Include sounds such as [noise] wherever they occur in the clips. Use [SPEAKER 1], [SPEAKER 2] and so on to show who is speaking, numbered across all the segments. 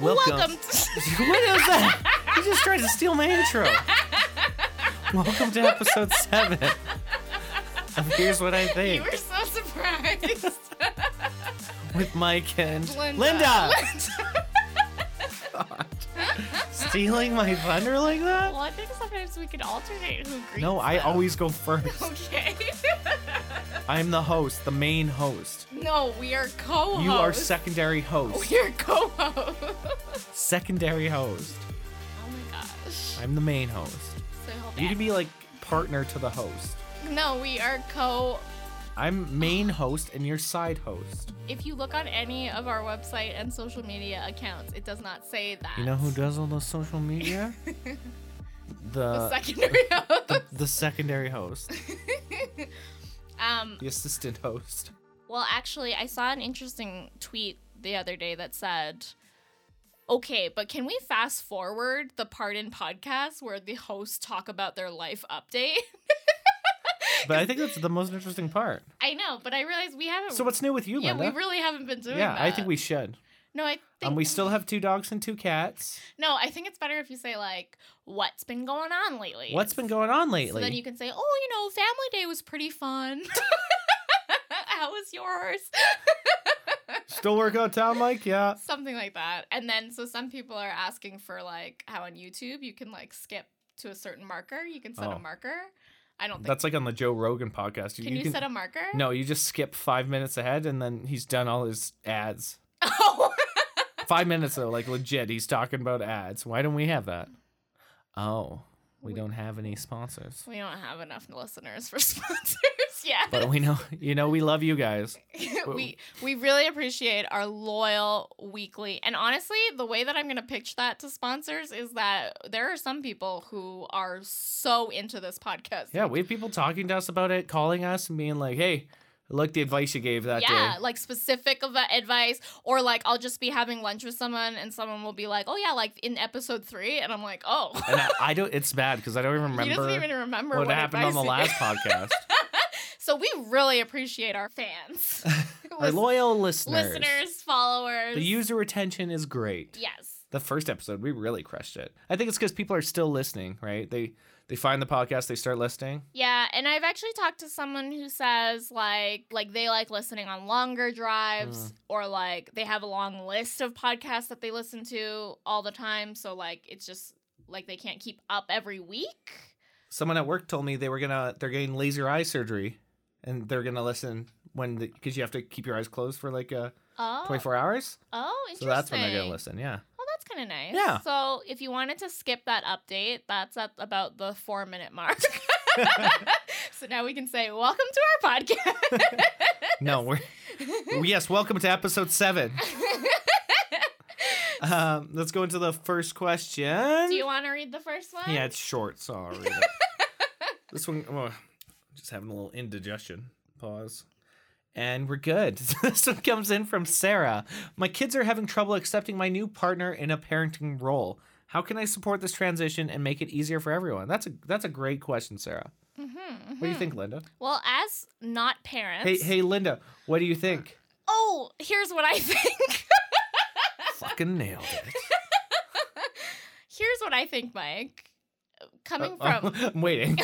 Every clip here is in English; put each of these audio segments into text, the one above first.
[SPEAKER 1] Welcome.
[SPEAKER 2] Welcome [laughs] to-
[SPEAKER 1] [laughs] what is that? You just tried to steal my intro. Welcome to episode seven. Of Here's what I
[SPEAKER 2] you
[SPEAKER 1] think
[SPEAKER 2] were so surprised.
[SPEAKER 1] with Mike and
[SPEAKER 2] [laughs] Linda. [laughs]
[SPEAKER 1] Stealing my thunder like
[SPEAKER 2] well,
[SPEAKER 1] that? [laughs]
[SPEAKER 2] I think sometimes we could alternate who greets.
[SPEAKER 1] No, I
[SPEAKER 2] them.
[SPEAKER 1] always go
[SPEAKER 2] [laughs]
[SPEAKER 1] first.
[SPEAKER 2] Okay.
[SPEAKER 1] I'm the host, the main host.
[SPEAKER 2] no, we are co-hosts.
[SPEAKER 1] You are secondary host.
[SPEAKER 2] [laughs] We are co-hosts. Oh
[SPEAKER 1] Secondary host.
[SPEAKER 2] my gosh.
[SPEAKER 1] I'm the main host.
[SPEAKER 2] So hold
[SPEAKER 1] You
[SPEAKER 2] back.
[SPEAKER 1] could be like partner to the host.
[SPEAKER 2] No, we are co.
[SPEAKER 1] I'm
[SPEAKER 2] [gasps]
[SPEAKER 1] main host and you're side host.
[SPEAKER 2] If you look on any of our website and social media accounts, it does not say that.
[SPEAKER 1] You know who does all those social media?
[SPEAKER 2] [laughs]
[SPEAKER 1] the
[SPEAKER 2] The secondary [laughs] host.
[SPEAKER 1] the secondary host,
[SPEAKER 2] um.
[SPEAKER 1] [laughs] the assistant host.
[SPEAKER 2] Well, actually, I saw an interesting tweet the other day that said, "Okay, but can we fast forward the part in podcast where the hosts talk about their life update?" [laughs]
[SPEAKER 1] But I think that's the most interesting part.
[SPEAKER 2] I know, but I realized we haven't.
[SPEAKER 1] So what's new with you,
[SPEAKER 2] yeah,
[SPEAKER 1] Linda?
[SPEAKER 2] we really haven't been doing
[SPEAKER 1] yeah,
[SPEAKER 2] that.
[SPEAKER 1] I think we should.
[SPEAKER 2] No, I think
[SPEAKER 1] Um, we still have two dogs and two cats.
[SPEAKER 2] no. I think it's better if you say like, "What's been going on lately?"
[SPEAKER 1] What's been going on lately?
[SPEAKER 2] So then you can say, "Oh, you know, Family Day was pretty fun." [laughs] How was yours?
[SPEAKER 1] [laughs] Still working out town, Mike? Yeah.
[SPEAKER 2] something like that and then so some people are asking for like how on youtube you can like skip to a certain marker you can set
[SPEAKER 1] Oh.
[SPEAKER 2] a marker i don't think
[SPEAKER 1] That's like on the Joe Rogan podcast.
[SPEAKER 2] can you, set a marker
[SPEAKER 1] No, you just skip five minutes ahead, and then he's done all his ads.
[SPEAKER 2] oh
[SPEAKER 1] Five minutes though, like legit, he's talking about ads. Why don't we have that? Oh, we
[SPEAKER 2] We-
[SPEAKER 1] don't have any sponsors.
[SPEAKER 2] [laughs] we don't have enough listeners for [laughs] sponsors yet
[SPEAKER 1] but we know [laughs] you know we love you guys
[SPEAKER 2] [laughs] we we really appreciate our loyal weekly and honestly the way that i'm going to pitch that to sponsors is that there are some people who are so into this podcast
[SPEAKER 1] yeah we have people talking to us about it calling us and being like hey I like the advice you gave that
[SPEAKER 2] yeah,
[SPEAKER 1] day
[SPEAKER 2] like specific of a- advice, or like I'll just be having lunch with someone and someone will be like, "Oh yeah, like in episode three," and I'm like, "Oh, [laughs]
[SPEAKER 1] and I, I don't it's bad because i don't even
[SPEAKER 2] he
[SPEAKER 1] remember
[SPEAKER 2] doesn't even remember
[SPEAKER 1] what,
[SPEAKER 2] what,
[SPEAKER 1] happened on the
[SPEAKER 2] advice
[SPEAKER 1] last
[SPEAKER 2] he
[SPEAKER 1] podcast
[SPEAKER 2] gave." [laughs] so we really appreciate our fans,
[SPEAKER 1] [laughs]
[SPEAKER 2] [laughs]
[SPEAKER 1] our
[SPEAKER 2] Lis-
[SPEAKER 1] loyal listeners
[SPEAKER 2] listeners, followers.
[SPEAKER 1] the user retention is great
[SPEAKER 2] yes,
[SPEAKER 1] the first episode we really crushed it i think it's because people are still listening right they they find the podcast they start listening
[SPEAKER 2] yeah, and I've actually talked to someone who says like like they like listening on longer drives
[SPEAKER 1] Hmm.
[SPEAKER 2] or like they have a long list of podcasts that they listen to all the time. So like it's just like they can't keep up every week.
[SPEAKER 1] someone at work told me they were gonna they're getting laser eye surgery and they're gonna listen when because you have to keep your eyes closed for like uh,
[SPEAKER 2] Oh,
[SPEAKER 1] 24 hours
[SPEAKER 2] Oh, interesting.
[SPEAKER 1] So that's when they're gonna listen. Yeah.
[SPEAKER 2] Well, that's kind of nice.
[SPEAKER 1] Yeah.
[SPEAKER 2] So if you wanted to skip that update, that's at about the four minute mark. [laughs] so now we can say, welcome to our podcast.
[SPEAKER 1] No,
[SPEAKER 2] [laughs]
[SPEAKER 1] we're yes. Welcome to episode seven. Um, let's go into the first question.
[SPEAKER 2] Do you want to read the first one?
[SPEAKER 1] yeah, it's short. So
[SPEAKER 2] [laughs]
[SPEAKER 1] I'll read it. this one, oh, just having a little indigestion. Pause. And we're good. [laughs] this one comes in from Sarah. My kids are having trouble accepting my new partner in a parenting role. How can I support this transition and make it easier for everyone? That's a that's a great question, Sarah.
[SPEAKER 2] Mm-hmm,
[SPEAKER 1] What do you think, Linda?
[SPEAKER 2] Well, as not parents.
[SPEAKER 1] Hey, hey, Linda. What do you think?
[SPEAKER 2] Oh, here's what I [laughs] think.
[SPEAKER 1] Fucking nailed it.
[SPEAKER 2] here's what I think, Mike. Coming
[SPEAKER 1] Uh,
[SPEAKER 2] from
[SPEAKER 1] [laughs] I'm waiting.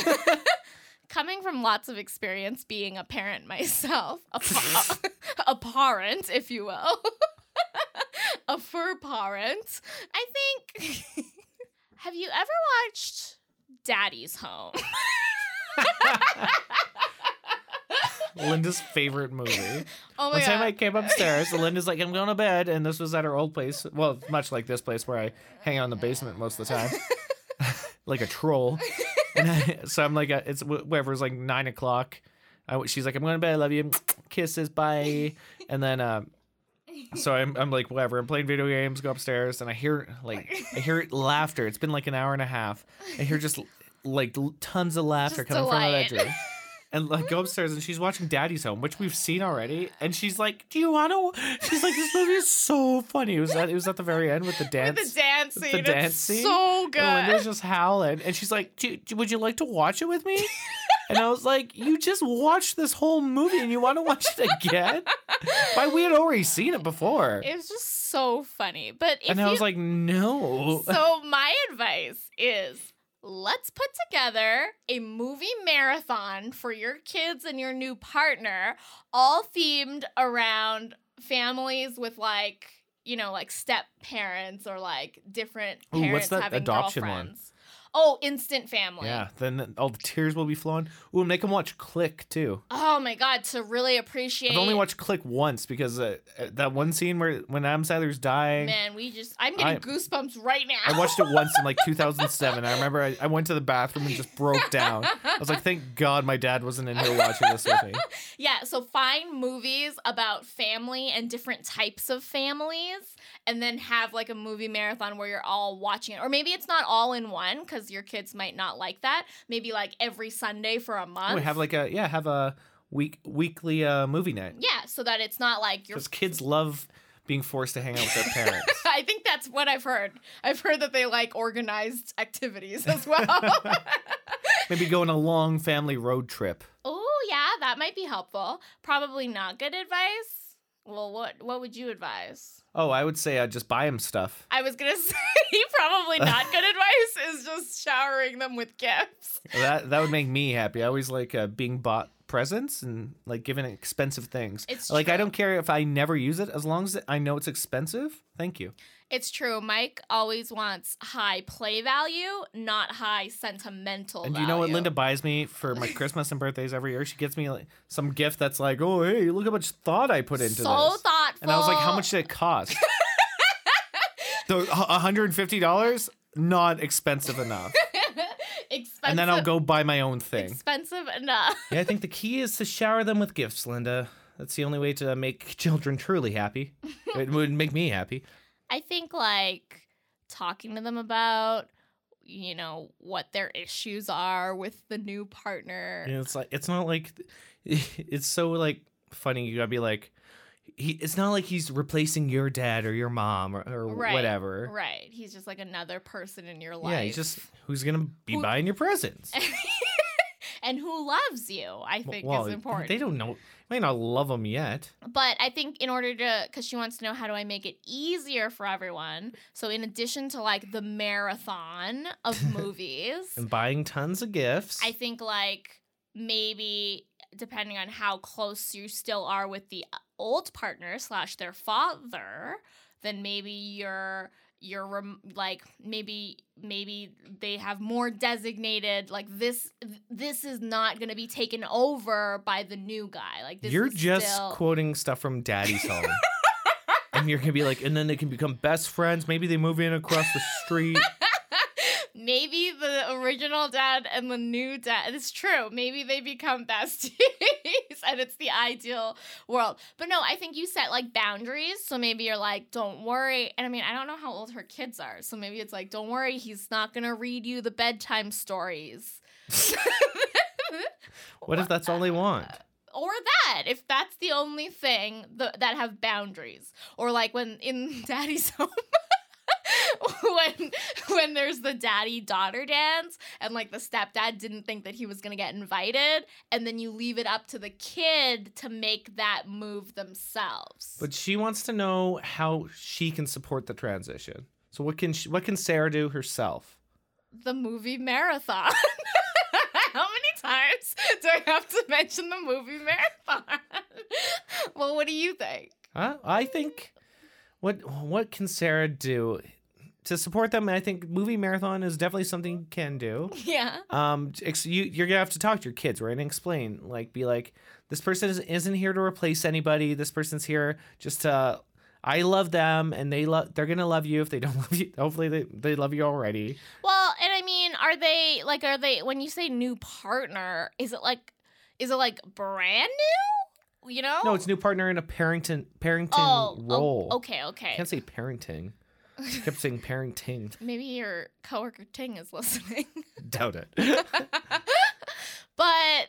[SPEAKER 2] coming from lots of experience being a parent myself, a, pa- a parent, if you will, [laughs] a fur parent, I think. have you ever watched Daddy's Home?
[SPEAKER 1] Linda's favorite movie.
[SPEAKER 2] Oh my
[SPEAKER 1] One time I
[SPEAKER 2] god.
[SPEAKER 1] came
[SPEAKER 2] [laughs]
[SPEAKER 1] upstairs, and Linda's like, I'm going to bed. And this was at her old place. Well, much like this place where I hang out in the basement most of the time,
[SPEAKER 2] [laughs]
[SPEAKER 1] like a troll. And I, so I'm like, uh, it's wh- whatever, it's like nine o'clock. I w she's like, I'm going to bed. I love you. Kisses. Bye. And then, um, so I'm, I'm like whatever I'm playing video games go upstairs and I hear like I hear laughter it's been like an hour and a half I hear just like l- tons of laughter
[SPEAKER 2] Just
[SPEAKER 1] coming from
[SPEAKER 2] delight. [laughs]
[SPEAKER 1] the bedroom and like go upstairs and she's watching Daddy's Home, which we've seen already. And she's like, "Do you want to?" She's like, "This movie is so funny." It was at it was at the very end [laughs] with the dance.
[SPEAKER 2] the dance
[SPEAKER 1] the
[SPEAKER 2] scene. The
[SPEAKER 1] dance
[SPEAKER 2] dance
[SPEAKER 1] scene? Oh,
[SPEAKER 2] So good.
[SPEAKER 1] and Linda's just howling, and she's like, "Do- do- "Would you like to watch it with [laughs] me?" and I was like, "You just watched this whole movie, and you want to watch it again? Why we had already seen it before."
[SPEAKER 2] It was just so funny. But if
[SPEAKER 1] and
[SPEAKER 2] you,
[SPEAKER 1] I was like, no.
[SPEAKER 2] so my advice is let's put together a movie marathon for your kids and your new partner, all themed around families with like, you know, like step parents or like different
[SPEAKER 1] Ooh,
[SPEAKER 2] parents
[SPEAKER 1] what's that
[SPEAKER 2] having
[SPEAKER 1] adoption one?
[SPEAKER 2] girlfriends. Oh, instant family.
[SPEAKER 1] yeah, then all the tears will be flowing. Ooh, make them watch Click too.
[SPEAKER 2] Oh my god, to really appreciate
[SPEAKER 1] I've only watched Click once because uh, uh, that one scene where when Adam Sandler's dying,
[SPEAKER 2] Man, we just I'm getting
[SPEAKER 1] I-
[SPEAKER 2] goosebumps right now.
[SPEAKER 1] I
[SPEAKER 2] [laughs]
[SPEAKER 1] watched it once in like 2007. I remember I, I went to the bathroom and just broke down. I was like, thank God my dad wasn't in here watching this with
[SPEAKER 2] [laughs]
[SPEAKER 1] me.
[SPEAKER 2] Yeah, so find movies about family and different types of families, and then have like a movie marathon where you're all watching it. Or maybe it's not all in one because your kids might not like that. Maybe like every Sunday for a month.
[SPEAKER 1] Oh, We have like a yeah, have a week weekly uh, movie night
[SPEAKER 2] yeah, so that it's not like you're.
[SPEAKER 1] because kids love being forced to hang out with their parents.
[SPEAKER 2] [laughs] I think that's what I've heard. I've heard that they like organized activities
[SPEAKER 1] [laughs]
[SPEAKER 2] as well. [laughs]
[SPEAKER 1] Maybe go on a long family road trip.
[SPEAKER 2] oh, yeah, that might be helpful. Probably not good advice. Well, what what would you advise?
[SPEAKER 1] Oh, I would say uh, just buy him stuff.
[SPEAKER 2] I was gonna [laughs] say probably not
[SPEAKER 1] [laughs]
[SPEAKER 2] good advice is just showering them with gifts.
[SPEAKER 1] That that would make me happy. I always like uh, being bought presents and like given expensive things.
[SPEAKER 2] It's
[SPEAKER 1] like I
[SPEAKER 2] true.
[SPEAKER 1] don't care if I never use it as long as I know it's expensive. Thank you.
[SPEAKER 2] It's true. Mike always wants high play value, not high sentimental.
[SPEAKER 1] And you know what
[SPEAKER 2] value.
[SPEAKER 1] Linda buys me for my Christmas and birthdays every year? She gets me like some gift that's like, oh hey, look how much thought I put into
[SPEAKER 2] so
[SPEAKER 1] this.
[SPEAKER 2] thoughtful.
[SPEAKER 1] And I was like, how much did it
[SPEAKER 2] [laughs]
[SPEAKER 1] cost? the h- $150? Not expensive
[SPEAKER 2] [laughs]
[SPEAKER 1] enough.
[SPEAKER 2] expensive?
[SPEAKER 1] and then I'll go buy my own thing.
[SPEAKER 2] Expensive enough.
[SPEAKER 1] yeah, I think the key is to shower them with gifts, Linda. That's the only way to make children truly happy. It would make me happy.
[SPEAKER 2] I think like talking to them about you know what their issues are with the new partner.
[SPEAKER 1] And it's like it's not like [laughs] it's so like funny. You gotta be like, he, it's not like he's replacing your dad or your mom or, or
[SPEAKER 2] Right,
[SPEAKER 1] whatever.
[SPEAKER 2] Right. He's just like another person in your life.
[SPEAKER 1] Yeah, he's just who's gonna be
[SPEAKER 2] Who-
[SPEAKER 1] buying your
[SPEAKER 2] [laughs]
[SPEAKER 1] presents.
[SPEAKER 2] and who loves you, I think
[SPEAKER 1] Well,
[SPEAKER 2] is important.
[SPEAKER 1] They don't know. May not love them yet.
[SPEAKER 2] But I think in order to, because she wants to know how do I make it easier for everyone. So in addition to like the marathon
[SPEAKER 1] [laughs]
[SPEAKER 2] of movies,
[SPEAKER 1] and buying tons of gifts.
[SPEAKER 2] I think like maybe depending on how close you still are with the uh, old partner slash their father, then maybe you're you're rem- like maybe maybe they have more designated like this this is not going to be taken over by the new guy like this
[SPEAKER 1] you're
[SPEAKER 2] is
[SPEAKER 1] just
[SPEAKER 2] still-
[SPEAKER 1] quoting stuff from Daddy's Home.
[SPEAKER 2] [laughs]
[SPEAKER 1] and you're gonna be like, and then they can become best friends. Maybe they move in across the
[SPEAKER 2] [laughs]
[SPEAKER 1] street.
[SPEAKER 2] maybe the original dad and the new dad it's true maybe they become besties [laughs] and it's the ideal world but no i think you set like boundaries so maybe you're like don't worry and i mean i don't know how old her kids are so maybe it's like don't worry he's not gonna read you the bedtime stories
[SPEAKER 1] What if that's all they want?
[SPEAKER 2] or that if that's the only thing th- that have boundaries or like when in [laughs] daddy's home when when there's the daddy daughter dance and like the stepdad didn't think that he was going to get invited and then you leave it up to the kid to make that move themselves
[SPEAKER 1] But she wants to know how she can support the transition. So what can she, what can Sarah do herself?
[SPEAKER 2] the movie marathon [laughs] How many times do I have to mention the movie marathon? [laughs] well, what do you think? [laughs]
[SPEAKER 1] Huh? I think what what can Sarah do to support them? I think movie marathon is definitely something you can do.
[SPEAKER 2] Yeah.
[SPEAKER 1] Um, ex- you you're gonna have to talk to your kids, right, and explain, like, be like, this person is, isn't here to replace anybody. This person's here just to. I love them, and they love. They're gonna love you if they don't [laughs] love you. Hopefully, they they love you already.
[SPEAKER 2] Well, and I mean, are they like are they when you say new partner, is it like is it like brand new? You know?
[SPEAKER 1] No, it's new partner in a parenting parenting
[SPEAKER 2] oh, oh,
[SPEAKER 1] role.
[SPEAKER 2] okay, okay.
[SPEAKER 1] I
[SPEAKER 2] [laughs]
[SPEAKER 1] can't say parenting. I kept saying parenting. [laughs]
[SPEAKER 2] Maybe your coworker Ting is listening. [laughs]
[SPEAKER 1] Doubt it.
[SPEAKER 2] but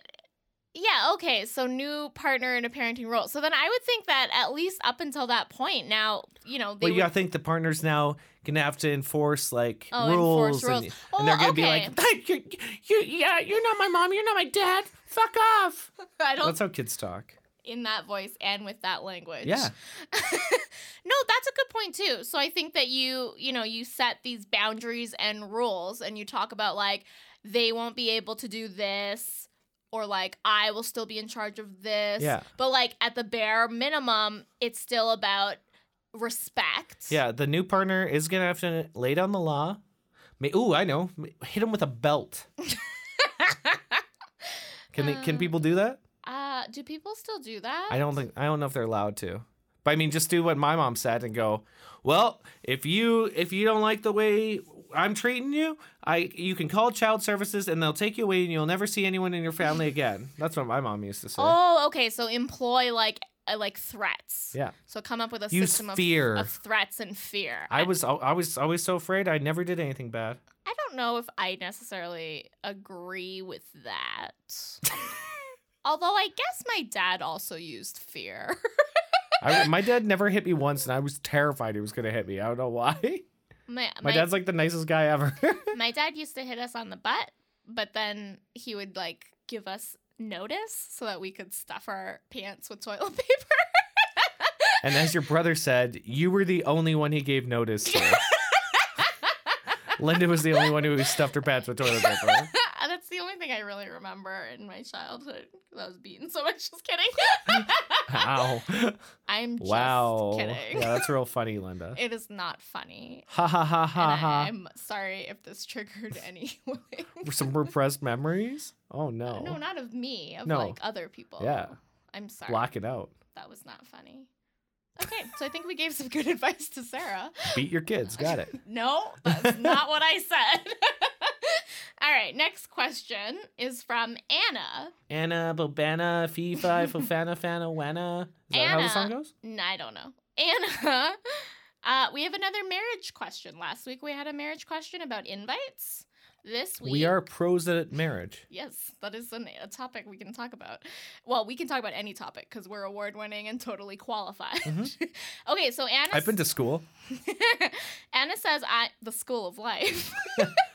[SPEAKER 2] yeah, okay. So new partner in a parenting role. So then I would think that at least up until that point, now, you know, they
[SPEAKER 1] well,
[SPEAKER 2] would,
[SPEAKER 1] you gotta think the partner's now gonna have to enforce like
[SPEAKER 2] Oh,
[SPEAKER 1] rules,
[SPEAKER 2] enforce
[SPEAKER 1] and,
[SPEAKER 2] rules.
[SPEAKER 1] and they're
[SPEAKER 2] Oh,
[SPEAKER 1] gonna be
[SPEAKER 2] okay.
[SPEAKER 1] like, you're, you yeah, you're not my mom, you're not my dad. Fuck off.
[SPEAKER 2] [laughs] I don't
[SPEAKER 1] That's how kids talk.
[SPEAKER 2] in that voice and with that language.
[SPEAKER 1] Yeah.
[SPEAKER 2] no, that's a good point too. So I think that you, you know, you set these boundaries and rules and you talk about like they won't be able to do this or like I will still be in charge of this.
[SPEAKER 1] Yeah.
[SPEAKER 2] But like at the bare minimum, it's still about respect.
[SPEAKER 1] Yeah, the new partner is gonna have to lay down the law. May- Ooh, I know. Hit him with a
[SPEAKER 2] [laughs]
[SPEAKER 1] belt. Can they, can
[SPEAKER 2] Uh,
[SPEAKER 1] people do that?
[SPEAKER 2] Uh do people still do that?
[SPEAKER 1] I don't think I don't know if they're allowed to. But I mean, just do what my mom said and go. Well, if you if you don't like the way I'm treating you, I you can call child services and they'll take you away and you'll never see anyone in your family again. That's what my mom used to say.
[SPEAKER 2] Oh, okay. So employ like uh, like threats.
[SPEAKER 1] Yeah.
[SPEAKER 2] So come up with a
[SPEAKER 1] Use
[SPEAKER 2] system of,
[SPEAKER 1] fear.
[SPEAKER 2] of threats and fear.
[SPEAKER 1] I was al- I was always so afraid. I never did anything bad.
[SPEAKER 2] I don't know if I necessarily agree with that.
[SPEAKER 1] [laughs]
[SPEAKER 2] Although I guess my dad also used fear. [laughs]
[SPEAKER 1] I, my dad never hit me once, and I was terrified he was gonna hit me. I don't know
[SPEAKER 2] [laughs]
[SPEAKER 1] why.
[SPEAKER 2] My
[SPEAKER 1] My,
[SPEAKER 2] my,
[SPEAKER 1] dad's like the nicest guy
[SPEAKER 2] [laughs]
[SPEAKER 1] ever.
[SPEAKER 2] my dad used to hit us on the butt, but then he would like give us notice so that we could stuff our pants with toilet [laughs] paper.
[SPEAKER 1] and as your brother said, you were the only one he gave notice to. Linda was the only one who stuffed her pants with toilet paper.
[SPEAKER 2] [laughs] That's the only thing I really remember in my childhood. 'cause I was beaten so much. Just kidding.
[SPEAKER 1] [laughs] Ow.
[SPEAKER 2] [laughs] I'm just
[SPEAKER 1] Wow.
[SPEAKER 2] kidding.
[SPEAKER 1] Yeah, that's real funny, Linda.
[SPEAKER 2] It is not funny.
[SPEAKER 1] Ha ha ha ha
[SPEAKER 2] and I,
[SPEAKER 1] ha.
[SPEAKER 2] am sorry if this triggered [laughs] anyone.
[SPEAKER 1] Some repressed memories? Oh no.
[SPEAKER 2] Uh, no, not of me, of
[SPEAKER 1] No.
[SPEAKER 2] like other people.
[SPEAKER 1] Yeah.
[SPEAKER 2] I'm sorry.
[SPEAKER 1] Block it out.
[SPEAKER 2] That was not funny. Okay, so I think we gave some good [laughs] advice to Sarah.
[SPEAKER 1] Beat your kids. Got
[SPEAKER 2] [laughs]
[SPEAKER 1] it.
[SPEAKER 2] No,
[SPEAKER 1] [laughs]
[SPEAKER 2] that's not what I said. [laughs] All right, next question is from Anna.
[SPEAKER 1] Anna, Bobana, Fee, Fi, Fofana, Fana, Wana. Is that how the
[SPEAKER 2] Anna.
[SPEAKER 1] song goes?
[SPEAKER 2] N- I don't know. Anna, [laughs] uh, we have another marriage question. Last week we had a marriage question about invites. This week
[SPEAKER 1] We are pros at marriage.
[SPEAKER 2] Yes, that is an, a topic we can talk about. Well, we can talk about any topic because we're award winning and totally qualified.
[SPEAKER 1] Mhm.
[SPEAKER 2] [laughs] okay, so Anna.
[SPEAKER 1] I've been to school.
[SPEAKER 2] Anna says I the school of life.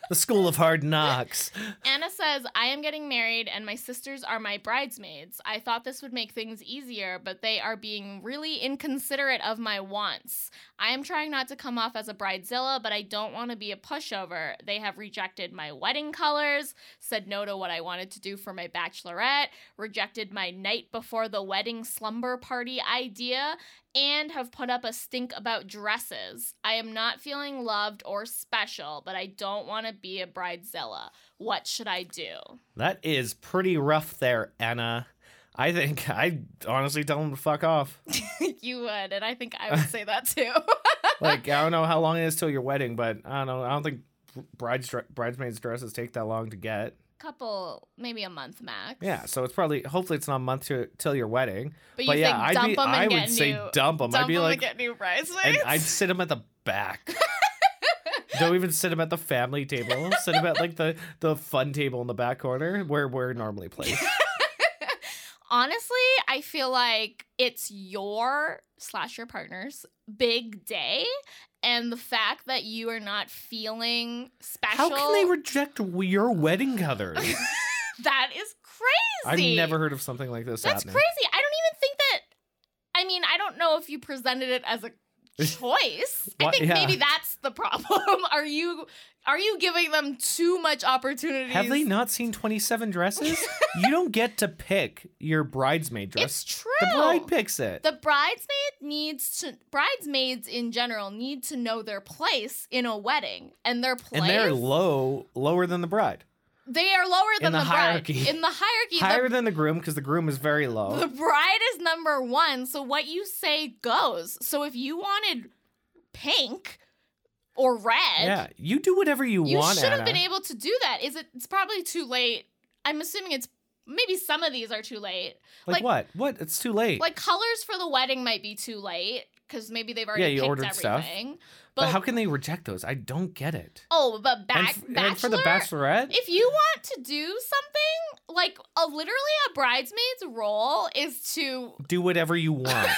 [SPEAKER 1] The school of hard knocks.
[SPEAKER 2] Anna says I am getting married and my sisters are my bridesmaids. I thought this would make things easier, but they are being really inconsiderate of my wants. I am trying not to come off as a bridezilla, but I don't want to be a pushover. They have rejected my wedding colors, said no to what I wanted to do for my bachelorette, rejected my night before the wedding slumber party idea, and have put up a stink about dresses. I am not feeling loved or special, but I don't want to be a bridezilla. What should I do?
[SPEAKER 1] That is pretty rough there, Anna. I think I honestly tell them to fuck off.
[SPEAKER 2] [laughs] you would, and I think
[SPEAKER 1] [laughs]
[SPEAKER 2] I would say that too. [laughs]
[SPEAKER 1] Like I don't know how long it is till your wedding, but I don't know. I don't think brides bridesmaids dresses take that long to get.
[SPEAKER 2] Couple, maybe a month max.
[SPEAKER 1] Yeah, so it's probably hopefully it's not a month to, till your wedding.
[SPEAKER 2] But you
[SPEAKER 1] but yeah,
[SPEAKER 2] think
[SPEAKER 1] I'd
[SPEAKER 2] dump
[SPEAKER 1] be,
[SPEAKER 2] them and
[SPEAKER 1] I
[SPEAKER 2] get
[SPEAKER 1] would say
[SPEAKER 2] new.
[SPEAKER 1] dump them. I'd
[SPEAKER 2] Dump
[SPEAKER 1] be
[SPEAKER 2] 'em
[SPEAKER 1] like,
[SPEAKER 2] and get new bridesmaids.
[SPEAKER 1] and I'd sit them at the
[SPEAKER 2] [laughs]
[SPEAKER 1] back. Don't even sit them at the family table. Sit them at like the the fun table in the back corner where we're normally
[SPEAKER 2] [laughs]
[SPEAKER 1] placed.
[SPEAKER 2] Honestly, I feel like it's your slash your partner's big day, and the fact that you are not feeling special.
[SPEAKER 1] How can they reject your wedding
[SPEAKER 2] [laughs]
[SPEAKER 1] colors?
[SPEAKER 2] that is
[SPEAKER 1] I've
[SPEAKER 2] crazy.
[SPEAKER 1] never heard of something like this
[SPEAKER 2] That's
[SPEAKER 1] happening.
[SPEAKER 2] crazy. I don't even think that. I mean, I don't know if you presented it
[SPEAKER 1] [laughs]
[SPEAKER 2] as a choice. I
[SPEAKER 1] Why-
[SPEAKER 2] think
[SPEAKER 1] yeah.
[SPEAKER 2] maybe that's the problem. [laughs] Are you are you giving them too much opportunities?
[SPEAKER 1] Have they not seen 27 dresses? you don't get to pick your bridesmaid dress.
[SPEAKER 2] It's true.
[SPEAKER 1] the bride picks it.
[SPEAKER 2] The bridesmaid needs to bridesmaids in general need to know their place in a wedding and their place.
[SPEAKER 1] and they're low, lower than the bride.
[SPEAKER 2] they are lower than
[SPEAKER 1] the
[SPEAKER 2] the, bride.
[SPEAKER 1] hierarchy.
[SPEAKER 2] In the hierarchy,
[SPEAKER 1] Higher
[SPEAKER 2] the,
[SPEAKER 1] than the groom because the groom is very low.
[SPEAKER 2] the bride is number one. So what you say goes. So if you wanted pink or red,
[SPEAKER 1] yeah, you do whatever you,
[SPEAKER 2] you
[SPEAKER 1] want.
[SPEAKER 2] should have
[SPEAKER 1] Anna.
[SPEAKER 2] been able to do that. Is it? It's probably too late. I'm assuming it's maybe some of these are too late.
[SPEAKER 1] Like,
[SPEAKER 2] like-
[SPEAKER 1] what? What? It's too late.
[SPEAKER 2] Like colors for the wedding might be too late because maybe they've already
[SPEAKER 1] Yeah, you
[SPEAKER 2] picked
[SPEAKER 1] ordered stuff.
[SPEAKER 2] everything.
[SPEAKER 1] but, how can they reject those? I don't get it.
[SPEAKER 2] Oh, but
[SPEAKER 1] And
[SPEAKER 2] back
[SPEAKER 1] f-
[SPEAKER 2] bachelor.
[SPEAKER 1] and for the bachelorette,
[SPEAKER 2] if you want to do something like a literally a bridesmaid's role is to
[SPEAKER 1] do whatever you
[SPEAKER 2] [laughs]
[SPEAKER 1] want.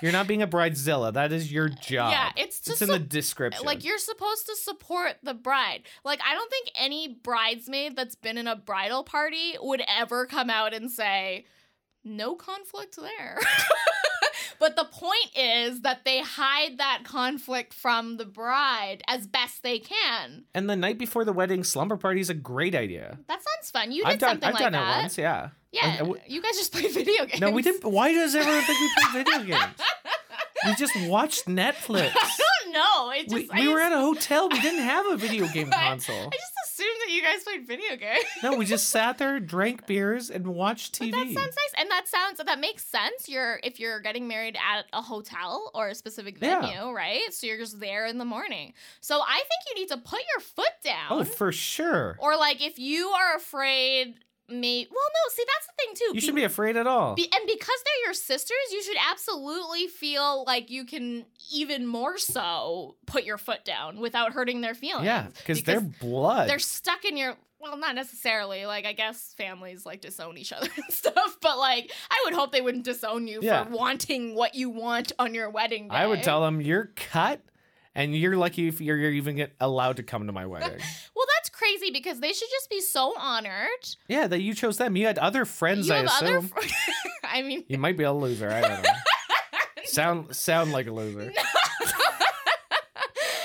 [SPEAKER 1] You're not being a bridezilla. That is your job.
[SPEAKER 2] yeah, it's
[SPEAKER 1] it's
[SPEAKER 2] just
[SPEAKER 1] in the description.
[SPEAKER 2] like you're supposed to support the bride. Like I don't think any bridesmaid that's been in a bridal party would ever come out and say no conflict there. [laughs] But the point is that they hide that conflict from the bride as best they can.
[SPEAKER 1] And the night before the wedding slumber party is a great idea.
[SPEAKER 2] That sounds fun. You did
[SPEAKER 1] I've done
[SPEAKER 2] something
[SPEAKER 1] I've
[SPEAKER 2] like
[SPEAKER 1] done
[SPEAKER 2] that.
[SPEAKER 1] it once, yeah.
[SPEAKER 2] Yeah,
[SPEAKER 1] I- I w-
[SPEAKER 2] you guys just played video games.
[SPEAKER 1] No, we
[SPEAKER 2] [laughs]
[SPEAKER 1] didn't. Why does everyone think we played video games? We just watched Netflix.
[SPEAKER 2] I don't know. It [laughs] just
[SPEAKER 1] We,
[SPEAKER 2] I
[SPEAKER 1] we were
[SPEAKER 2] just-
[SPEAKER 1] at a hotel. We didn't have a video
[SPEAKER 2] [laughs]
[SPEAKER 1] game
[SPEAKER 2] I-
[SPEAKER 1] console.
[SPEAKER 2] I just assumed that you guys played video games.
[SPEAKER 1] No, we just sat there, drank beers, and watched
[SPEAKER 2] But
[SPEAKER 1] TV.
[SPEAKER 2] that sounds nice, and that sounds that makes sense. You're if you're getting married at a hotel or a specific
[SPEAKER 1] Yeah.
[SPEAKER 2] venue, right? So you're just there in the morning. So I think you need to put your foot down.
[SPEAKER 1] oh, for sure.
[SPEAKER 2] or like if you are afraid, may well no. See, that's the thing too.
[SPEAKER 1] You shouldn't be afraid at all.
[SPEAKER 2] Be- and because they're your sisters, you should absolutely feel like you can even more so put your foot down without hurting their feelings.
[SPEAKER 1] Yeah, because they're blood.
[SPEAKER 2] they're stuck in your well, not necessarily. Like I guess families like disown each other [laughs] and stuff, but like I would hope they wouldn't disown you
[SPEAKER 1] Yeah.
[SPEAKER 2] for wanting what you want on your wedding day.
[SPEAKER 1] I would tell them you're cut, and you're lucky if you're, you're even get allowed to come to my
[SPEAKER 2] [laughs]
[SPEAKER 1] wedding.
[SPEAKER 2] Well, that's crazy because they should just be so honored.
[SPEAKER 1] yeah, that you chose them. You had other friends.
[SPEAKER 2] you
[SPEAKER 1] I
[SPEAKER 2] have
[SPEAKER 1] assume
[SPEAKER 2] other. Fr- [laughs] I mean,
[SPEAKER 1] you might be a loser. I
[SPEAKER 2] [laughs]
[SPEAKER 1] don't know. sound sound like a loser.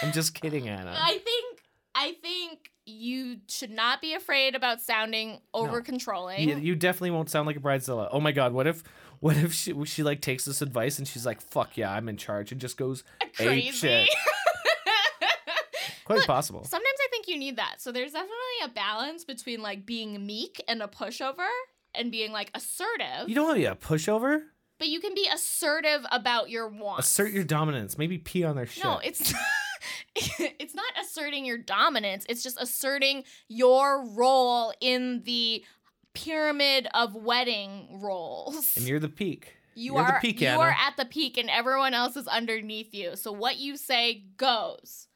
[SPEAKER 1] I'm just kidding, Anna.
[SPEAKER 2] I think I think you should not be afraid about sounding over controlling.
[SPEAKER 1] you,
[SPEAKER 2] [laughs]
[SPEAKER 1] you definitely won't sound like a bridezilla. Oh my god, what if what if she she like takes this advice and she's like, "Fuck yeah, I'm in charge," and just goes
[SPEAKER 2] Crazy.
[SPEAKER 1] ape
[SPEAKER 2] [laughs]
[SPEAKER 1] shit. Quite possible.
[SPEAKER 2] Sometimes I think you need that. So there's definitely a balance between like being meek and a pushover and being like assertive.
[SPEAKER 1] You don't want to be a pushover.
[SPEAKER 2] but you can be assertive about your wants.
[SPEAKER 1] Assert your dominance. Maybe pee on their shit.
[SPEAKER 2] No, it's [laughs] it's not asserting your dominance. It's just asserting your role in the pyramid of wedding roles.
[SPEAKER 1] and you're the peak.
[SPEAKER 2] You
[SPEAKER 1] You're the
[SPEAKER 2] are
[SPEAKER 1] peak,
[SPEAKER 2] you
[SPEAKER 1] Anna.
[SPEAKER 2] are at the peak and everyone else is underneath you. So what you say goes.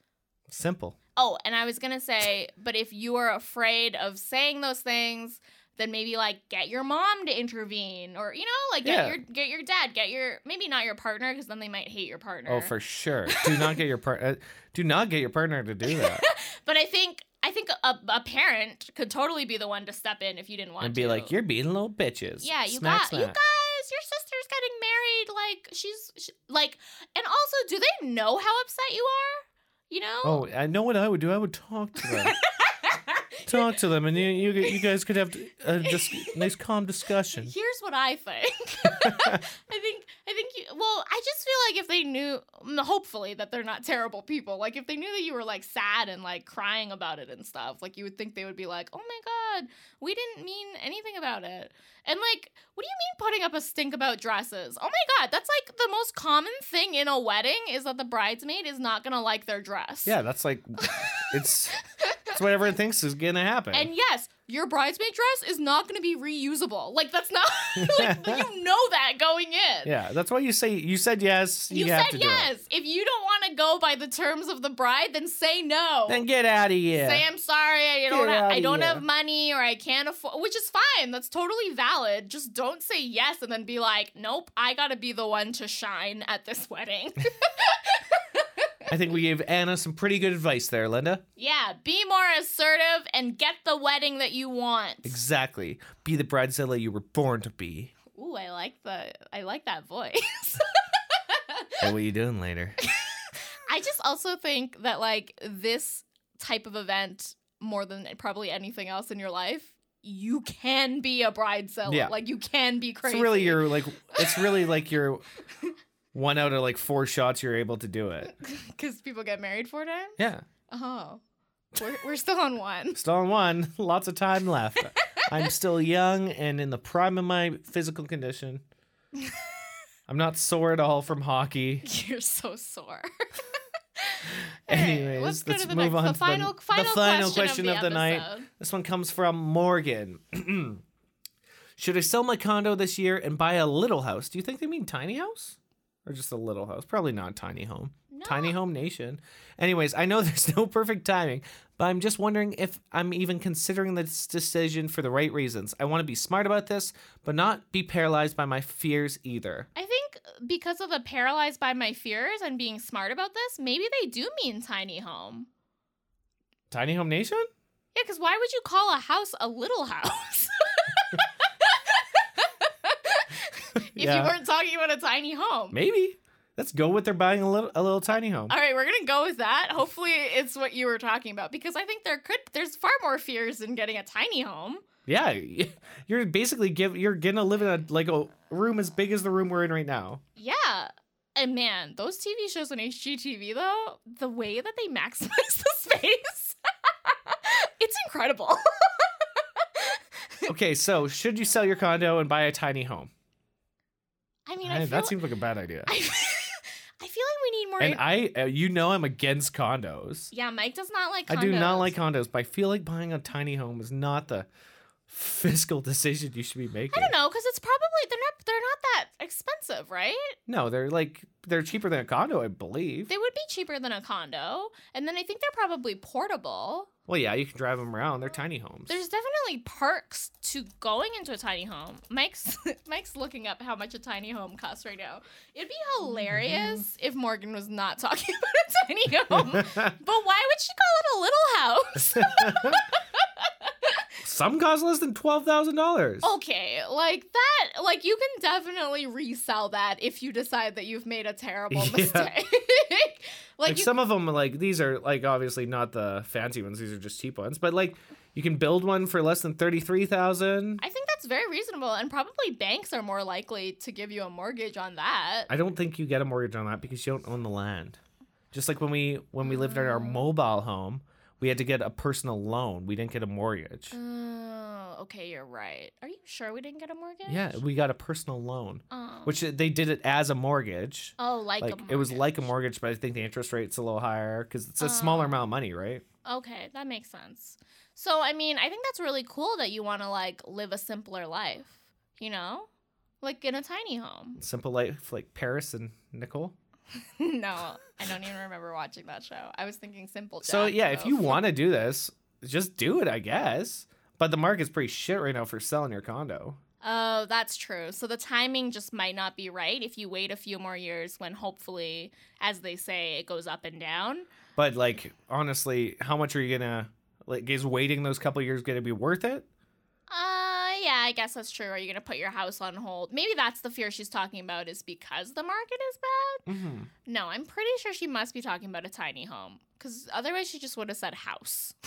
[SPEAKER 1] Simple.
[SPEAKER 2] Oh, and I was going to say, but if you are afraid of saying those things, then maybe like get your mom to intervene or you know, like get
[SPEAKER 1] Yeah.
[SPEAKER 2] your get your dad, get your maybe not your partner because then they might hate your partner.
[SPEAKER 1] Oh, for sure. Do not get your partner. Do not get your partner to
[SPEAKER 2] [laughs]
[SPEAKER 1] do that
[SPEAKER 2] But I think I think a, a parent could totally be the one to step in if you didn't want
[SPEAKER 1] and be
[SPEAKER 2] to.
[SPEAKER 1] like, "You're being little bitches."
[SPEAKER 2] Yeah, you
[SPEAKER 1] Smack,
[SPEAKER 2] got you
[SPEAKER 1] smack.
[SPEAKER 2] guys. Your sister's getting married. Like she's sh like, and also, do they know how upset you are? You know.
[SPEAKER 1] Oh, I know what I would do. I would talk to
[SPEAKER 2] [laughs]
[SPEAKER 1] them. Oh. talk to them, and you you, you guys could have a just nice calm discussion.
[SPEAKER 2] Here's what I think. [laughs] I think I think you. Well, I just feel like if they knew, mm, hopefully that they're not terrible people. Like if they knew that you were like sad and like crying about it and stuff, like you would think they would be like, "Oh my god, we didn't mean anything about it." And like, what do you mean putting up a stink about dresses? Oh my god, that's like the most common thing in a wedding is that the bridesmaid is not gonna like their dress.
[SPEAKER 1] Yeah, that's like it's it's what everyone thinks is gonna happen.
[SPEAKER 2] And yes, your bridesmaid dress is not going to be reusable. Like that's not [laughs] like you know that going in.
[SPEAKER 1] yeah, that's why you say you said yes. You,
[SPEAKER 2] You,
[SPEAKER 1] have
[SPEAKER 2] said
[SPEAKER 1] to do
[SPEAKER 2] yes. If you don't want to go by the terms of the bride, then say no.
[SPEAKER 1] it. Then get out of here.
[SPEAKER 2] Say I'm sorry. I don't.
[SPEAKER 1] Get
[SPEAKER 2] Have, I
[SPEAKER 1] outta
[SPEAKER 2] don't
[SPEAKER 1] here."
[SPEAKER 2] have money, or I can't afford. Which is fine. That's totally valid. Just don't say yes and then be like, nope. I gotta be the one to shine at
[SPEAKER 1] [laughs]
[SPEAKER 2] this [laughs] wedding.
[SPEAKER 1] I think we gave Anna some pretty good advice there, Linda.
[SPEAKER 2] yeah. Be more assertive and get the wedding that you want.
[SPEAKER 1] Exactly. Be the bridezilla you were born to be.
[SPEAKER 2] Ooh, I like the. I like that voice.
[SPEAKER 1] Hey, what are you doing
[SPEAKER 2] [laughs]
[SPEAKER 1] later?
[SPEAKER 2] I just also think that like this type of event, more than probably anything else in your life, you can be a bride seller.
[SPEAKER 1] Yeah.
[SPEAKER 2] Like you can be crazy.
[SPEAKER 1] It's really
[SPEAKER 2] [laughs]
[SPEAKER 1] your like. It's really like your one out of like four shots you're able to do it.
[SPEAKER 2] because people get married four times.
[SPEAKER 1] Yeah,
[SPEAKER 2] Oh, we're we're still on one. [laughs]
[SPEAKER 1] still on one. [laughs] Lots of time left. I'm still young and in the prime of my physical condition.
[SPEAKER 2] [laughs]
[SPEAKER 1] I'm not sore at all from hockey.
[SPEAKER 2] You're so sore. All
[SPEAKER 1] [laughs]
[SPEAKER 2] right,
[SPEAKER 1] Anyways, let's,
[SPEAKER 2] go to the
[SPEAKER 1] move
[SPEAKER 2] next-
[SPEAKER 1] on
[SPEAKER 2] The
[SPEAKER 1] to
[SPEAKER 2] final,
[SPEAKER 1] the
[SPEAKER 2] final,
[SPEAKER 1] final
[SPEAKER 2] question, of the,
[SPEAKER 1] night.
[SPEAKER 2] episode.
[SPEAKER 1] This one comes from Morgan. [clears throat] Should I sell my condo this year and buy a little house? Do you think they mean tiny house? Or just a little house? Probably not tiny home.
[SPEAKER 2] Ah.
[SPEAKER 1] Tiny home nation. Anyways, I know [laughs] there's no perfect timing, but I'm just wondering if I'm even considering this decision for the right reasons. I want to be smart about this, but not be paralyzed by my fears either.
[SPEAKER 2] I think because of the paralyzed by my fears and being smart about this, maybe they do mean tiny home.
[SPEAKER 1] Tiny home nation?
[SPEAKER 2] Yeah, because why would you call a house a little house? [laughs] if
[SPEAKER 1] Yeah.
[SPEAKER 2] you weren't talking about a tiny home.
[SPEAKER 1] Maybe. Let's go with they're buying a little a little tiny home.
[SPEAKER 2] All right, we're gonna go with that. Hopefully, it's what you were talking about because I think there could there's far more fears than getting a tiny home.
[SPEAKER 1] Yeah, [laughs] you're basically give you're gonna live in a like a room as big as the room we're in right
[SPEAKER 2] [laughs]
[SPEAKER 1] now.
[SPEAKER 2] Yeah. And man, those TV shows on HGTV though, the way that they maximize [laughs] the space, it's incredible. [laughs]
[SPEAKER 1] Okay, so should you sell your condo and buy a tiny home?
[SPEAKER 2] I mean,
[SPEAKER 1] Eh,
[SPEAKER 2] I feel,
[SPEAKER 1] that seems like a bad idea.
[SPEAKER 2] [laughs] I, I feel like we need more.
[SPEAKER 1] And I, uh, you know, I'm against condos.
[SPEAKER 2] yeah, Mike does not like.
[SPEAKER 1] I do not
[SPEAKER 2] condos.
[SPEAKER 1] like condos, but I feel like buying a tiny home is not the fiscal [laughs] decision you should be making.
[SPEAKER 2] I don't know because it's probably they're not they're not that expensive, right?
[SPEAKER 1] No, they're like they're cheaper than a condo, I believe.
[SPEAKER 2] They would be cheaper than a condo, and then I think they're probably portable.
[SPEAKER 1] well, yeah, you can drive them around. They're tiny homes.
[SPEAKER 2] There's definitely perks to going into a tiny home. Mike's [laughs] Mike's looking up how much a tiny home costs right now. It'd be hilarious if Morgan was not [laughs] talking about a tiny home. but why would she call it a little house? [laughs]
[SPEAKER 1] Some cost less than twelve thousand dollars.
[SPEAKER 2] okay, like that, like you can definitely resell that if you decide that you've made a terrible
[SPEAKER 1] Yeah.
[SPEAKER 2] mistake. [laughs] like
[SPEAKER 1] Like,
[SPEAKER 2] you,
[SPEAKER 1] some of them, like these are like obviously not the fancy ones. These are just cheap ones. But like you can build one for less than thirty three thousand.
[SPEAKER 2] I think that's very reasonable, and probably banks are more likely to give you a mortgage on that.
[SPEAKER 1] I don't think you get a mortgage on that because you don't own the land. Just like when we when we lived in our mobile home, we had to get a personal loan. We didn't get a mortgage.
[SPEAKER 2] Oh, okay, you're right. Are you sure we didn't get a mortgage?
[SPEAKER 1] Yeah, we got a personal loan,
[SPEAKER 2] Oh.
[SPEAKER 1] which they did it as a mortgage.
[SPEAKER 2] Oh, like,
[SPEAKER 1] Like
[SPEAKER 2] a
[SPEAKER 1] it was like a
[SPEAKER 2] mortgage.
[SPEAKER 1] mortgage, but I think the interest rate's a little higher because it's a smaller
[SPEAKER 2] Oh.
[SPEAKER 1] amount of money, right?
[SPEAKER 2] Okay, that makes sense. So I mean, I think that's really cool that you want to like live a simpler life. You know, like in a tiny home. [laughs]
[SPEAKER 1] Simple life, like Paris and Nicole.
[SPEAKER 2] no, I don't even remember watching that show. I was thinking simple. Jack,
[SPEAKER 1] So yeah, if
[SPEAKER 2] though.
[SPEAKER 1] you want to do this, just do it, I guess. But the market's pretty shit right now for selling your condo.
[SPEAKER 2] Oh, that's true. So the timing just might not be right if you wait a few more years when hopefully, as they say, it goes up and down.
[SPEAKER 1] But like honestly, how much are you gonna like is waiting those couple years gonna be worth it?
[SPEAKER 2] Uh, yeah, I guess that's true. Are you gonna put your house on hold? Maybe that's the fear she's talking about is because the market is bad.
[SPEAKER 1] Mm-hmm.
[SPEAKER 2] No, I'm pretty sure she must be talking about a tiny home because otherwise she just would have said house. [laughs]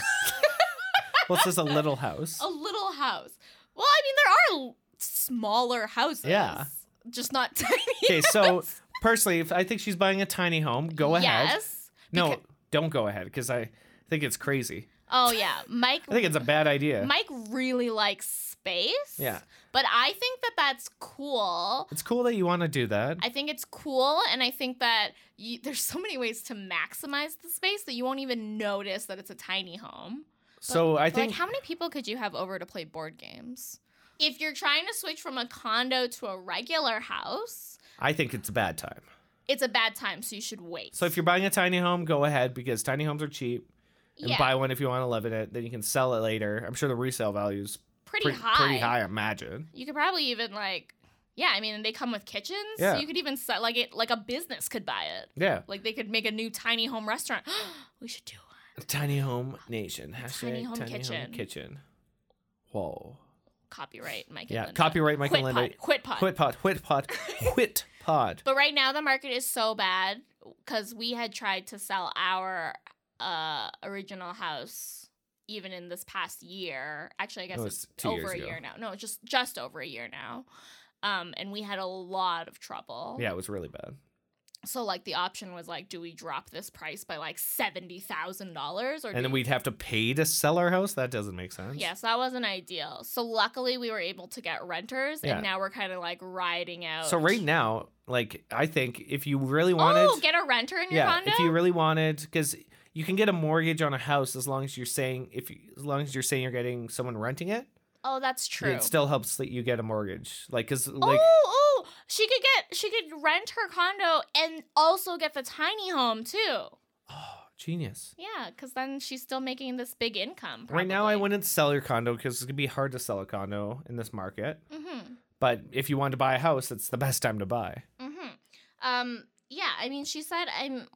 [SPEAKER 1] Well, it's just a little house.
[SPEAKER 2] a little house. Well, I mean, there are l- smaller houses.
[SPEAKER 1] Yeah.
[SPEAKER 2] Just not [laughs] tiny.
[SPEAKER 1] Okay, so personally, if I think she's buying a tiny home, go ahead.
[SPEAKER 2] Yes.
[SPEAKER 1] no,
[SPEAKER 2] beca-
[SPEAKER 1] don't go ahead because I think it's crazy.
[SPEAKER 2] Oh, yeah. Mike.
[SPEAKER 1] I think it's a bad idea.
[SPEAKER 2] Mike really likes space.
[SPEAKER 1] Yeah.
[SPEAKER 2] But I think that that's cool.
[SPEAKER 1] it's cool that you want to do that.
[SPEAKER 2] I think it's cool, and I think that you, there's so many ways to maximize the space that you won't even notice that it's a tiny home.
[SPEAKER 1] so I
[SPEAKER 2] But,
[SPEAKER 1] think
[SPEAKER 2] like, how many people could you have over to play board games? If you're trying to switch from a condo to a regular house,
[SPEAKER 1] I think it's a bad time.
[SPEAKER 2] it's a bad time, so you should wait.
[SPEAKER 1] So if you're buying a tiny home, go ahead because tiny homes are cheap. and
[SPEAKER 2] yeah,
[SPEAKER 1] buy one if you want to live in it. Then you can sell it later. I'm sure the resale value is
[SPEAKER 2] pretty,
[SPEAKER 1] pre-
[SPEAKER 2] high.
[SPEAKER 1] pretty high. Imagine.
[SPEAKER 2] You could probably even like, yeah, I mean, they come with kitchens.
[SPEAKER 1] Yeah.
[SPEAKER 2] So you could even sell like it, like a business could buy it.
[SPEAKER 1] Yeah,
[SPEAKER 2] Like they could make a new tiny home restaurant. [gasps] we should do one.
[SPEAKER 1] tiny home nation. Hashtag
[SPEAKER 2] Tiny home kitchen.
[SPEAKER 1] kitchen. Whoa.
[SPEAKER 2] Copyright, Mike. and
[SPEAKER 1] Yeah.
[SPEAKER 2] Linda.
[SPEAKER 1] Copyright Mike
[SPEAKER 2] Quit
[SPEAKER 1] and Linda.
[SPEAKER 2] Pod, quit pod.
[SPEAKER 1] Quit pod. Quit pod. Quit pod.
[SPEAKER 2] [laughs] But right now the market is so bad because we had tried to sell our uh, original house even in this past year. Actually, I guess
[SPEAKER 1] No,
[SPEAKER 2] it's,
[SPEAKER 1] Oh, it's two
[SPEAKER 2] over
[SPEAKER 1] years
[SPEAKER 2] a
[SPEAKER 1] ago.
[SPEAKER 2] year now. No, just just over a year now. Um, and we had a lot of trouble.
[SPEAKER 1] Yeah, it was really bad.
[SPEAKER 2] So like the option was like, do we drop this price by like seventy thousand dollars, or do
[SPEAKER 1] And then
[SPEAKER 2] we?
[SPEAKER 1] we'd have to pay to sell our house. That doesn't make sense.
[SPEAKER 2] Yes, that wasn't ideal. So luckily we were able to get renters,
[SPEAKER 1] Yeah.
[SPEAKER 2] and now we're kind of like riding out.
[SPEAKER 1] So right now, like I think if you really wanted,
[SPEAKER 2] oh, get a renter in your
[SPEAKER 1] yeah,
[SPEAKER 2] condo.
[SPEAKER 1] if you really wanted, because you can get a mortgage on a house as long as you're saying if you, as long as you're saying you're getting someone renting it.
[SPEAKER 2] oh, that's true.
[SPEAKER 1] It still helps that you get a mortgage. Like, cause like,
[SPEAKER 2] oh, oh, she could get she could rent her condo and also get the tiny home too.
[SPEAKER 1] oh, genius.
[SPEAKER 2] Yeah, because then she's still making this big income.
[SPEAKER 1] Right now, I
[SPEAKER 2] probably.
[SPEAKER 1] wouldn't sell your condo because it's gonna be hard to sell a condo in this market.
[SPEAKER 2] Mhm,
[SPEAKER 1] But if you want to
[SPEAKER 2] mm-hmm.
[SPEAKER 1] buy a house, it's the best time to buy.
[SPEAKER 2] mhm. Um, yeah, I mean, she said I'm.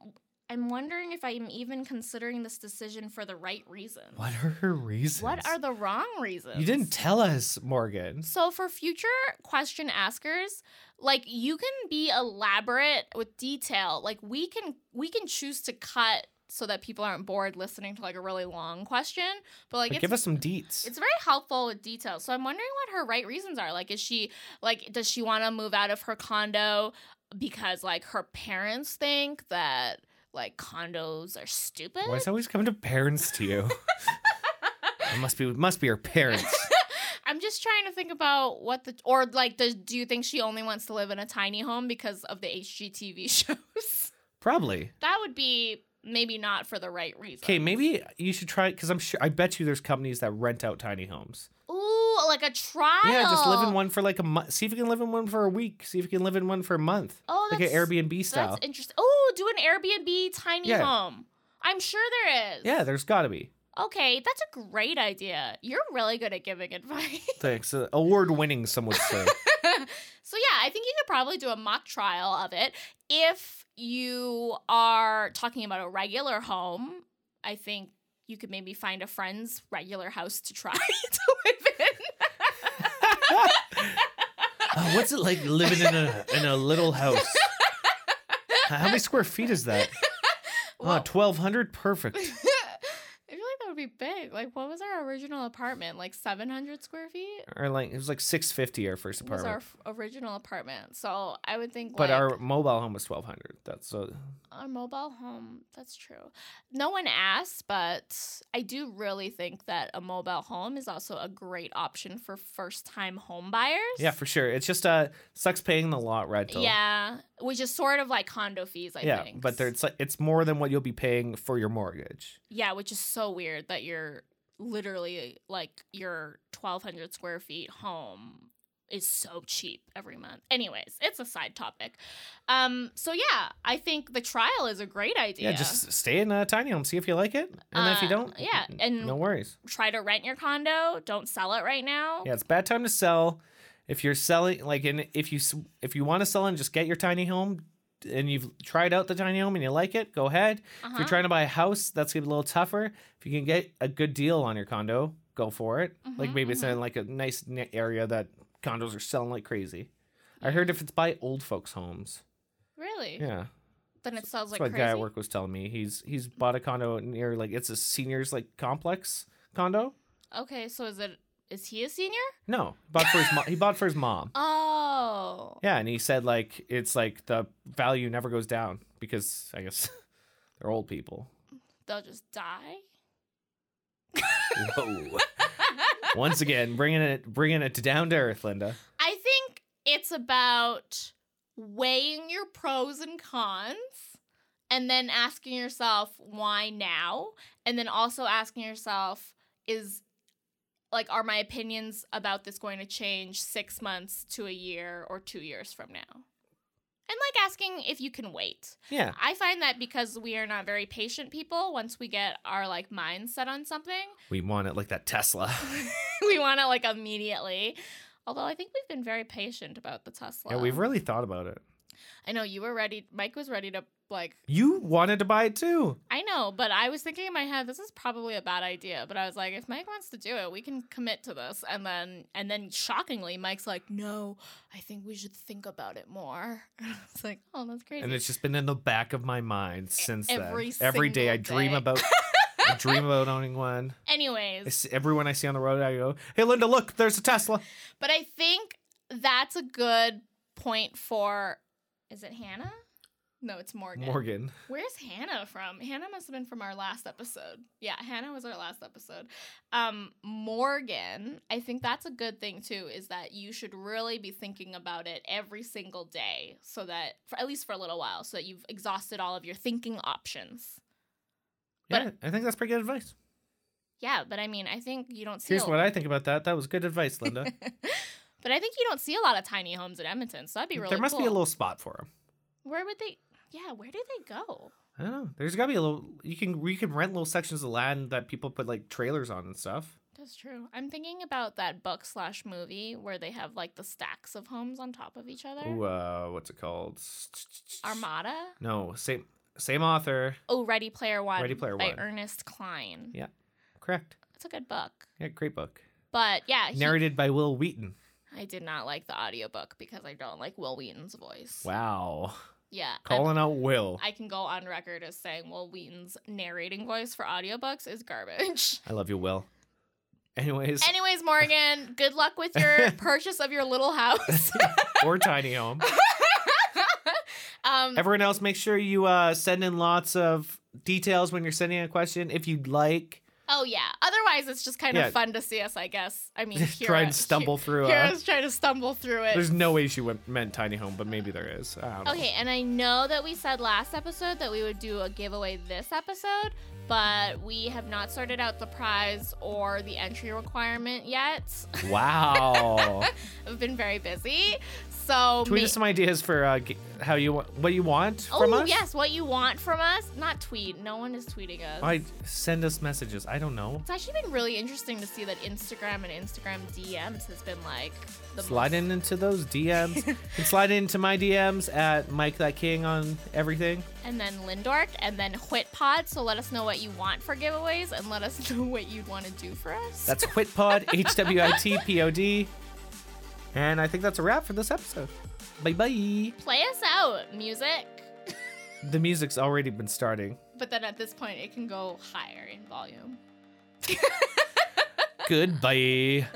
[SPEAKER 2] I'm wondering if I'm even considering this decision for the right reasons.
[SPEAKER 1] What are her reasons?
[SPEAKER 2] What are the wrong reasons?
[SPEAKER 1] You didn't tell us, Morgan.
[SPEAKER 2] So for future question askers, like you can be elaborate with detail. Like we can we can choose to cut so that people aren't bored listening to like a really long question. But like
[SPEAKER 1] But
[SPEAKER 2] it's
[SPEAKER 1] give us some deets.
[SPEAKER 2] it's very helpful with details. So I'm wondering what her right reasons are. Like, is she like, does she want to move out of her condo because like her parents think that like condos are stupid?
[SPEAKER 1] Why is it always coming to parents to you? [laughs] it must be it must be her parents.
[SPEAKER 2] I'm just trying to think about what the or like, does do you think she only wants to live in a tiny home because of the HGTV [laughs] shows?
[SPEAKER 1] Probably.
[SPEAKER 2] that would be maybe not for the right reason.
[SPEAKER 1] Okay, maybe you should try because I'm sure I bet you there's companies that rent out tiny homes.
[SPEAKER 2] Ooh, like a trial.
[SPEAKER 1] Yeah, just live in one for like a month. See if you can live in one for a week. See if you can live in one for a month,
[SPEAKER 2] Oh,
[SPEAKER 1] like an
[SPEAKER 2] that's,
[SPEAKER 1] Airbnb style.
[SPEAKER 2] That's interesting. Oh, do an Airbnb tiny
[SPEAKER 1] Yeah.
[SPEAKER 2] home. I'm sure there is.
[SPEAKER 1] Yeah, there's got to be.
[SPEAKER 2] Okay, that's a great idea. You're really good at giving [laughs] advice.
[SPEAKER 1] Thanks. Uh, Award winning, some would say.
[SPEAKER 2] so yeah, I think you could probably do a mock trial of it if you are talking about a regular home. I think you could maybe find a friend's regular house
[SPEAKER 1] [laughs]
[SPEAKER 2] to try [laughs] to live in.
[SPEAKER 1] [laughs] Uh, what's it like living in a in a little house? How how many square feet is that?
[SPEAKER 2] [laughs] Well- [laughs]
[SPEAKER 1] Ah, twelve hundred. Perfect.
[SPEAKER 2] I feel like that would be big. Like, what was our original apartment? Like 700 square feet?
[SPEAKER 1] Or like it was like six fifty. Our first
[SPEAKER 2] was
[SPEAKER 1] apartment.
[SPEAKER 2] our f- original apartment. So I would think
[SPEAKER 1] But
[SPEAKER 2] like,
[SPEAKER 1] our mobile home was twelve hundred. That's so.
[SPEAKER 2] our mobile home that's true no one asked but i do really think that a mobile home is also a great option for first time home buyers
[SPEAKER 1] Yeah, for sure. It's just uh sucks paying the lot rental.
[SPEAKER 2] yeah which is sort of like condo fees i
[SPEAKER 1] yeah,
[SPEAKER 2] think
[SPEAKER 1] but there- it's like it's more than what you'll be paying for your mortgage.
[SPEAKER 2] yeah which is so weird that you're literally like your 1200 square feet home is so cheap every month anyways it's a side topic um so yeah i think the trial is a great idea
[SPEAKER 1] Yeah, just stay in a tiny home, see if you like it, and if you
[SPEAKER 2] Uh,
[SPEAKER 1] don't,
[SPEAKER 2] yeah,
[SPEAKER 1] n-
[SPEAKER 2] and-
[SPEAKER 1] no worries.
[SPEAKER 2] try to rent your condo don't sell it right now
[SPEAKER 1] Yeah, it's a bad time to sell. If you're selling, like, and if you s- if you want to sell and just get your tiny home, and you've tried out the tiny home and you like it, go ahead. If
[SPEAKER 2] Uh-huh.
[SPEAKER 1] you're trying to buy a house, that's gonna be a little tougher. If you can get a good deal on your condo, go for it. like
[SPEAKER 2] Mhm,
[SPEAKER 1] maybe it's
[SPEAKER 2] mhm.
[SPEAKER 1] in like a nice ni- area that condos are selling like crazy. I
[SPEAKER 2] Mm-hmm.
[SPEAKER 1] heard if it's by old folks' homes,
[SPEAKER 2] Really?
[SPEAKER 1] yeah,
[SPEAKER 2] Then it
[SPEAKER 1] that's
[SPEAKER 2] sounds like
[SPEAKER 1] what a
[SPEAKER 2] crazy. Mm-hmm.
[SPEAKER 1] guy at work was telling me. He's he's bought a condo near like it's a seniors like complex condo.
[SPEAKER 2] Okay, so is it is he a senior?
[SPEAKER 1] No, bought for his mo- he bought for his mom.
[SPEAKER 2] Oh.
[SPEAKER 1] Yeah, and he said like it's like the value never goes down because I guess [laughs] they're old people. [laughs]
[SPEAKER 2] They'll just die?
[SPEAKER 1] Whoa. Once again, bringing it bringing it to down to earth, Linda.
[SPEAKER 2] I think it's about weighing your pros and cons and then asking yourself why now and then also asking yourself is like are my opinions about this going to change 6 months to a year or 2 years from now? And like asking if you can wait.
[SPEAKER 1] Yeah,
[SPEAKER 2] I find that because we are not very patient people, once we get our like mind set on something, [laughs]
[SPEAKER 1] we want it like that Tesla. [laughs]
[SPEAKER 2] we want it like immediately. Although I think we've been very patient about the Tesla.
[SPEAKER 1] Yeah, we've really thought about it.
[SPEAKER 2] I know you were ready. Mike was ready to like.
[SPEAKER 1] You wanted to buy it too.
[SPEAKER 2] I know, but I was thinking in my head, this is probably a bad idea. But I was like, if Mike wants to do it, we can commit to this. And then, and then, shockingly, Mike's like, no, I think we should think about it more. [laughs] And I was like, oh, that's crazy.
[SPEAKER 1] And it's just been in the back of my mind since
[SPEAKER 2] E-, every
[SPEAKER 1] then. Every day I
[SPEAKER 2] single
[SPEAKER 1] dream
[SPEAKER 2] day. [laughs]
[SPEAKER 1] about I dream about owning one.
[SPEAKER 2] Anyways,
[SPEAKER 1] I see, everyone I see on the road, I go, "Hey, Linda, look, there's a Tesla."
[SPEAKER 2] But I think that's a good point for. Is it Hannah? No, it's Morgan.
[SPEAKER 1] Morgan,
[SPEAKER 2] Where's Hannah from? Hannah must have been from our last episode. Yeah, Hannah was our last episode. Um, Morgan, I think that's a good thing too, is that you should really be thinking about it every single day so that, for, at least for a little while, so that you've exhausted all of your thinking options. But-
[SPEAKER 1] yeah, I think that's pretty good advice.
[SPEAKER 2] Yeah, but I mean, I think you don't see.
[SPEAKER 1] Here's
[SPEAKER 2] a-
[SPEAKER 1] what I think about that. That was good
[SPEAKER 2] [laughs]
[SPEAKER 1] advice, Linda.
[SPEAKER 2] but I think you don't see a lot of tiny homes in Edmonton, so that'd be really
[SPEAKER 1] there must be a
[SPEAKER 2] cool.
[SPEAKER 1] little spot for him.
[SPEAKER 2] Where would they? Yeah, where do they go?
[SPEAKER 1] I don't know. There's got to be a little. You can you can rent little sections of land that people put like trailers on and stuff.
[SPEAKER 2] That's true. I'm thinking about that book slash movie where they have like the stacks of homes on top of each other.
[SPEAKER 1] Ooh, uh, what's it called?
[SPEAKER 2] Armada.
[SPEAKER 1] No, Saint Same author.
[SPEAKER 2] Oh, Ready Player One.
[SPEAKER 1] Ready Player
[SPEAKER 2] by
[SPEAKER 1] One.
[SPEAKER 2] Ernest Klein.
[SPEAKER 1] Yeah. Correct.
[SPEAKER 2] It's a good book.
[SPEAKER 1] Yeah, great book.
[SPEAKER 2] But yeah, he-
[SPEAKER 1] Narrated by Will Wheaton.
[SPEAKER 2] I did not like the audiobook because I don't like Will Wheaton's voice.
[SPEAKER 1] Wow.
[SPEAKER 2] Yeah. I'm-
[SPEAKER 1] Calling out Will.
[SPEAKER 2] I can go on record as saying Will Wheaton's narrating voice for audiobooks
[SPEAKER 1] [laughs]
[SPEAKER 2] is garbage.
[SPEAKER 1] I love you, Will. Anyways,
[SPEAKER 2] Anyways, Morgan, good luck with your purchase of your
[SPEAKER 1] [laughs]
[SPEAKER 2] little house.
[SPEAKER 1] [laughs] or tiny home.
[SPEAKER 2] um,
[SPEAKER 1] Everyone else, make sure you uh, send in lots of details when you're sending a question. If you'd
[SPEAKER 2] [laughs]
[SPEAKER 1] like,
[SPEAKER 2] oh yeah. Otherwise, it's just kind
[SPEAKER 1] Yeah.
[SPEAKER 2] of fun to see us. I guess. I
[SPEAKER 1] [laughs]
[SPEAKER 2] mean, hear
[SPEAKER 1] try
[SPEAKER 2] it-
[SPEAKER 1] and stumble through.
[SPEAKER 2] [laughs] Hear
[SPEAKER 1] Uh,
[SPEAKER 2] us try to stumble through it.
[SPEAKER 1] there's no way she went, meant tiny home, but maybe there is. Um, I don't know.
[SPEAKER 2] Okay, and I know that we said last episode that we would do a giveaway this episode, but we have not sorted out the prize or the entry requirement yet. [laughs]
[SPEAKER 1] Wow.
[SPEAKER 2] I've been very busy. So
[SPEAKER 1] Tweet
[SPEAKER 2] ma-
[SPEAKER 1] us some ideas for uh, g- how you want, what you want
[SPEAKER 2] Oh
[SPEAKER 1] from us.
[SPEAKER 2] yes, what you want from us? Not tweet. No one is tweeting us.
[SPEAKER 1] I send us messages. I don't know.
[SPEAKER 2] it's actually been really interesting to see that Instagram and Instagram DMs has been like the
[SPEAKER 1] Slide in into those DMs. You can slide into my DMs at Mike That King on everything.
[SPEAKER 2] and then Lindork and then Whitpod. So let us know what you want for giveaways and let us [laughs] know what you'd want to do for us.
[SPEAKER 1] That's Quitpod, H W I T P O D. And I think that's a wrap for this episode. Bye bye.
[SPEAKER 2] Play us out, music.
[SPEAKER 1] The music's already been starting.
[SPEAKER 2] But then at this point, it can go higher in volume.
[SPEAKER 1] Goodbye.